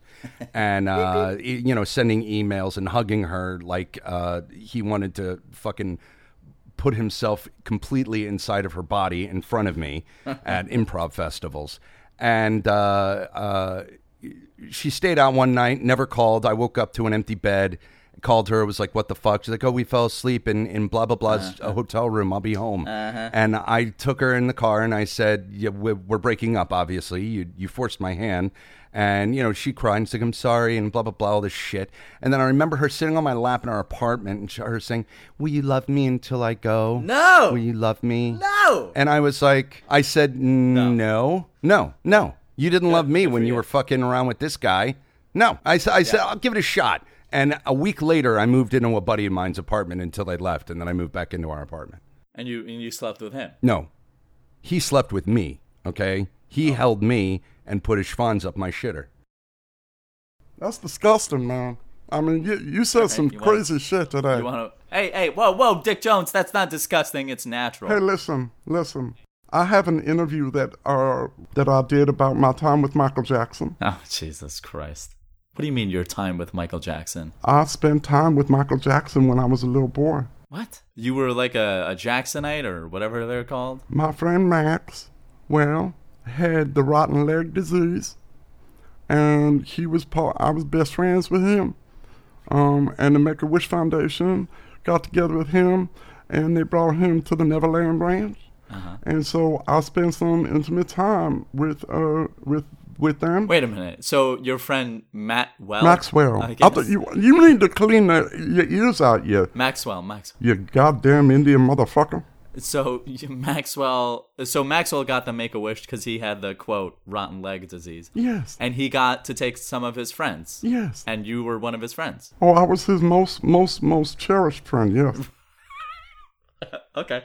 [SPEAKER 1] and uh, e- you know sending emails and hugging her like uh, he wanted to fucking put himself completely inside of her body in front of me at improv festivals. And uh, uh, she stayed out one night, never called. I woke up to an empty bed, called her, was like, What the fuck? She's like, Oh, we fell asleep in, in blah,
[SPEAKER 13] Uh-huh.
[SPEAKER 1] blah, blah's uh hotel room. I'll be home.
[SPEAKER 8] Uh-huh.
[SPEAKER 1] And I took her in the car and I said, yeah, we're, we're breaking up, obviously. You, you forced my hand. And, you know, she cried and said, I'm sorry, and blah, blah, blah, all this shit. And then I remember her sitting on my lap in our apartment and sh- her saying, Will you love me until I go?
[SPEAKER 13] No.
[SPEAKER 1] Will you love me?
[SPEAKER 13] No.
[SPEAKER 1] And I was like, I said, No. No, no. You didn't love me when you were fucking around with this guy. No. I, s- I said, I'll give it a shot. And a week later, I moved into a buddy of mine's apartment until they left. And then I moved back into our apartment.
[SPEAKER 8] And you and you slept with him.
[SPEAKER 1] No. He slept with me, okay? He held me and put his schwanz up my shitter.
[SPEAKER 14] That's disgusting, man. I mean, you, you said some
[SPEAKER 8] you wanna-
[SPEAKER 14] crazy shit today.
[SPEAKER 8] You want to? Hey, hey, whoa, whoa, Dick Jones. That's not disgusting. It's natural.
[SPEAKER 14] Hey, listen, listen. I have an interview that uh, that I did about my time with Michael Jackson.
[SPEAKER 8] Oh Jesus Christ! What do you mean your time with Michael Jackson?
[SPEAKER 14] I spent time with Michael Jackson when I was a little boy.
[SPEAKER 8] What? You were like a, a Jacksonite or whatever they're called.
[SPEAKER 14] My friend Max, well, had the rotten leg disease, and he was part. I was best friends with him, um, and the Make a Wish Foundation got together with him, and they brought him to the Neverland Ranch,
[SPEAKER 8] Uh-huh.
[SPEAKER 14] and so I spent some intimate time with uh with with them.
[SPEAKER 8] Wait a minute. So your friend Matt Well?
[SPEAKER 14] Maxwell,
[SPEAKER 8] I
[SPEAKER 14] I,
[SPEAKER 8] guess.
[SPEAKER 14] thought you you need to clean that, your ears out, you
[SPEAKER 8] Maxwell, Max.
[SPEAKER 14] you goddamn Indian motherfucker.
[SPEAKER 8] So you- Maxwell, so Maxwell got the Make a Wish because he had the quote rotten leg disease.
[SPEAKER 14] Yes.
[SPEAKER 8] And he got to take some of his friends.
[SPEAKER 14] Yes.
[SPEAKER 8] And you were one of his friends.
[SPEAKER 14] Oh, I was his most most most cherished friend. Yes.
[SPEAKER 8] okay.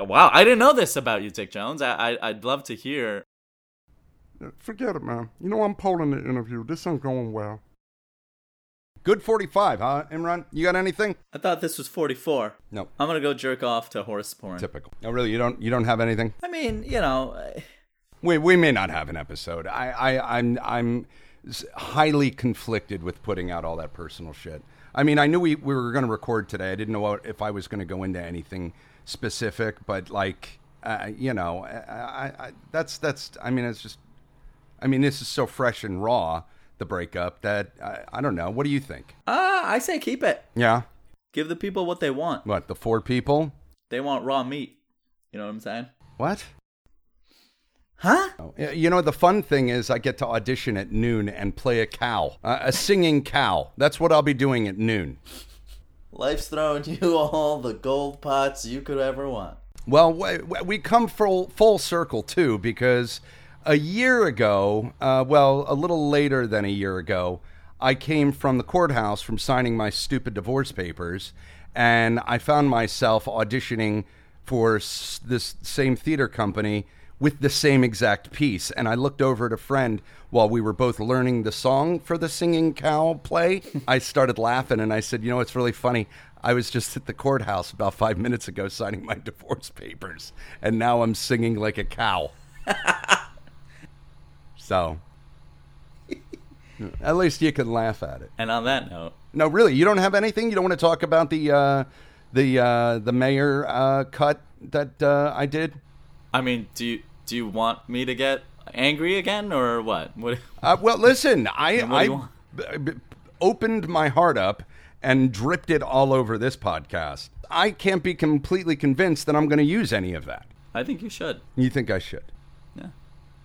[SPEAKER 8] Wow, I didn't know this about you, Dick Jones. I, I I'd love to hear.
[SPEAKER 14] Forget it, man. You know I'm polling the interview. This ain't going well.
[SPEAKER 1] Good 45, huh, Imran? You got anything?
[SPEAKER 8] I thought this was 44.
[SPEAKER 1] No.
[SPEAKER 8] I'm gonna go jerk off to horse porn.
[SPEAKER 1] Typical. No, really, you don't you don't have anything?
[SPEAKER 8] I mean, you know, I-
[SPEAKER 1] We we may not have an episode. I, I I'm I'm s- highly conflicted with putting out all that personal shit. I mean, I knew we, we were going to record today. I didn't know what, if I was going to go into anything specific, but like, uh, you know, I, I, I, that's that's. I mean, it's just. I mean, this is so fresh and raw the breakup that I, I don't know. What do you think?
[SPEAKER 8] ah, I say keep it.
[SPEAKER 1] Yeah.
[SPEAKER 8] Give the people what they want.
[SPEAKER 1] What the four people?
[SPEAKER 8] They want raw meat. You know what I'm saying?
[SPEAKER 1] What? Oh,
[SPEAKER 8] Huh?
[SPEAKER 1] You know, the fun thing is I get to audition at noon and play a cow, uh, a singing cow. That's what I'll be doing at noon.
[SPEAKER 4] Life's throwing you all the gold pots you could ever want.
[SPEAKER 1] Well, we, we come full, full circle, too, because a year ago, uh, well, a little later than a year ago, I came from the courthouse from signing my stupid divorce papers, and I found myself auditioning for s- this same theater company with the same exact piece. And I looked over at a friend while we were both learning the song for the Singing Cow play. I started laughing and I said, You know, it's really funny. I was just at the courthouse about five minutes ago signing my divorce papers, and now I'm singing like a cow. so, at least you can laugh at it.
[SPEAKER 8] And on that note,
[SPEAKER 1] No, really, you don't have anything. You don't want to talk about the uh, the uh, the mayor uh, cut that uh, I did.
[SPEAKER 8] I mean, do you do you want me to get angry again or what? What?
[SPEAKER 1] Uh, well, listen, I,
[SPEAKER 8] Then what do you
[SPEAKER 1] I b- b- opened my heart up and dripped it all over this podcast. I can't be completely convinced that I'm going to use any of that.
[SPEAKER 8] I think you should.
[SPEAKER 1] You think I should?
[SPEAKER 8] Yeah.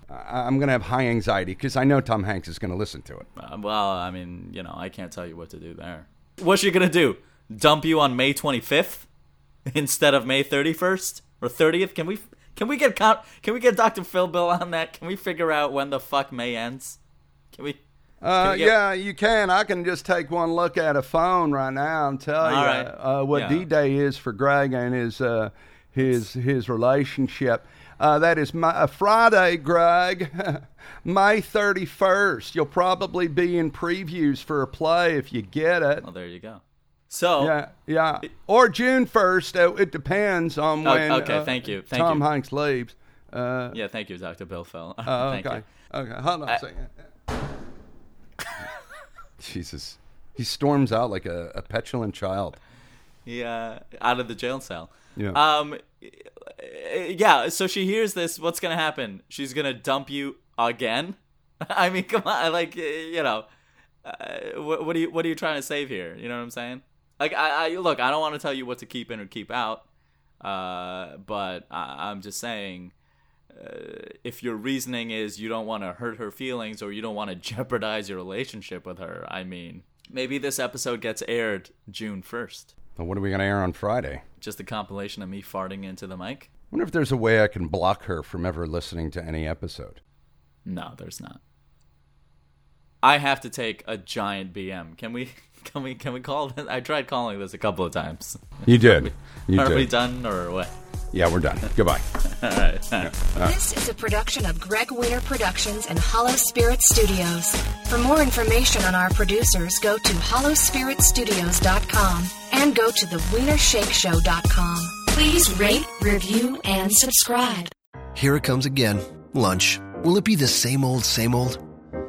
[SPEAKER 1] I- I'm going to have high anxiety because I know Tom Hanks is going to listen to it.
[SPEAKER 8] Uh, well, I mean, you know, I can't tell you what to do there. What's she gonna do? Dump you on May 25th instead of May 31st or 30th? Can we can we get count? Can we get Dr. Phil Bill on that? Can we figure out when the fuck May ends? Can we?
[SPEAKER 1] Uh,
[SPEAKER 8] Can we get-
[SPEAKER 1] yeah, you can. I can just take one look at a phone right now and tell you
[SPEAKER 8] All right.
[SPEAKER 1] uh, what
[SPEAKER 8] Yeah.
[SPEAKER 1] D Day is for Greg and his uh, his his relationship. Uh, that is my uh, Friday, Greg, May 31st. You'll probably be in previews for a play if you get it.
[SPEAKER 8] Well, there you go. So
[SPEAKER 1] yeah, yeah, or June 1st. uh, It depends on
[SPEAKER 8] Oh,
[SPEAKER 1] when.
[SPEAKER 8] okay,
[SPEAKER 1] uh,
[SPEAKER 8] thank you, thank
[SPEAKER 1] Tom
[SPEAKER 8] you.
[SPEAKER 1] Hanks leaves. Uh,
[SPEAKER 8] yeah, thank you, Doctor Billfell.
[SPEAKER 1] uh,
[SPEAKER 8] Thank
[SPEAKER 1] okay.
[SPEAKER 8] you. Uh,
[SPEAKER 1] Okay. Hold on
[SPEAKER 8] I-
[SPEAKER 1] a second. Jesus, he storms out like a, a petulant child.
[SPEAKER 8] Yeah, uh, out of the jail cell.
[SPEAKER 1] Yeah.
[SPEAKER 8] Um, eh, yeah. So she hears this. What's gonna happen? She's gonna dump you again. I mean, come on. Like, eh, you know, uh, what, what are you what are you trying to save here? You know what I'm saying? Like, I, I look. I don't want to tell you what to keep in or keep out. Uh, but I, I'm just saying, uh, if your reasoning is you don't want to hurt her feelings or you don't want to jeopardize your relationship with her, I mean, maybe this episode gets aired June first
[SPEAKER 1] Now, what are we gonna air on Friday?
[SPEAKER 8] just a compilation of me farting into the mic?
[SPEAKER 1] I wonder if there's a way I can block her from ever listening to any episode.
[SPEAKER 8] No, there's not. I have to take a giant BM. Can we? Can we? Can we call? This? I tried calling this a couple of times.
[SPEAKER 1] You did. You
[SPEAKER 8] Are
[SPEAKER 1] did.
[SPEAKER 8] we done or what?
[SPEAKER 1] Yeah, we're done. Goodbye.
[SPEAKER 8] All right.
[SPEAKER 1] All right.
[SPEAKER 5] This is a production of Greg Wiener Productions and Hollow Spirit Studios. For more information on our producers, go to hollowspiritstudios.com and go to thewienershakeshow.com. Please rate, review, and subscribe.
[SPEAKER 15] Here it comes again. Lunch. Will it be the same old, same old?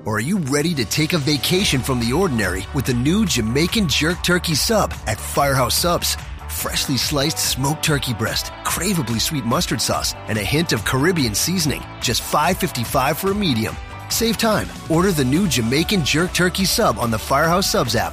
[SPEAKER 15] Or are you ready to take a vacation from the ordinary with the new Jamaican Jerk Turkey Sub at Firehouse Subs? Freshly sliced smoked turkey breast, craveably sweet mustard sauce, and a hint of Caribbean seasoning. Just $5.55 for a medium. Save time. Order the new Jamaican Jerk Turkey Sub on the Firehouse Subs app.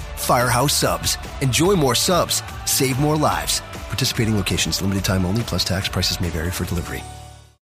[SPEAKER 15] Firehouse Subs. Enjoy more subs. Save more lives. Participating locations, limited time only, plus tax prices may vary for delivery.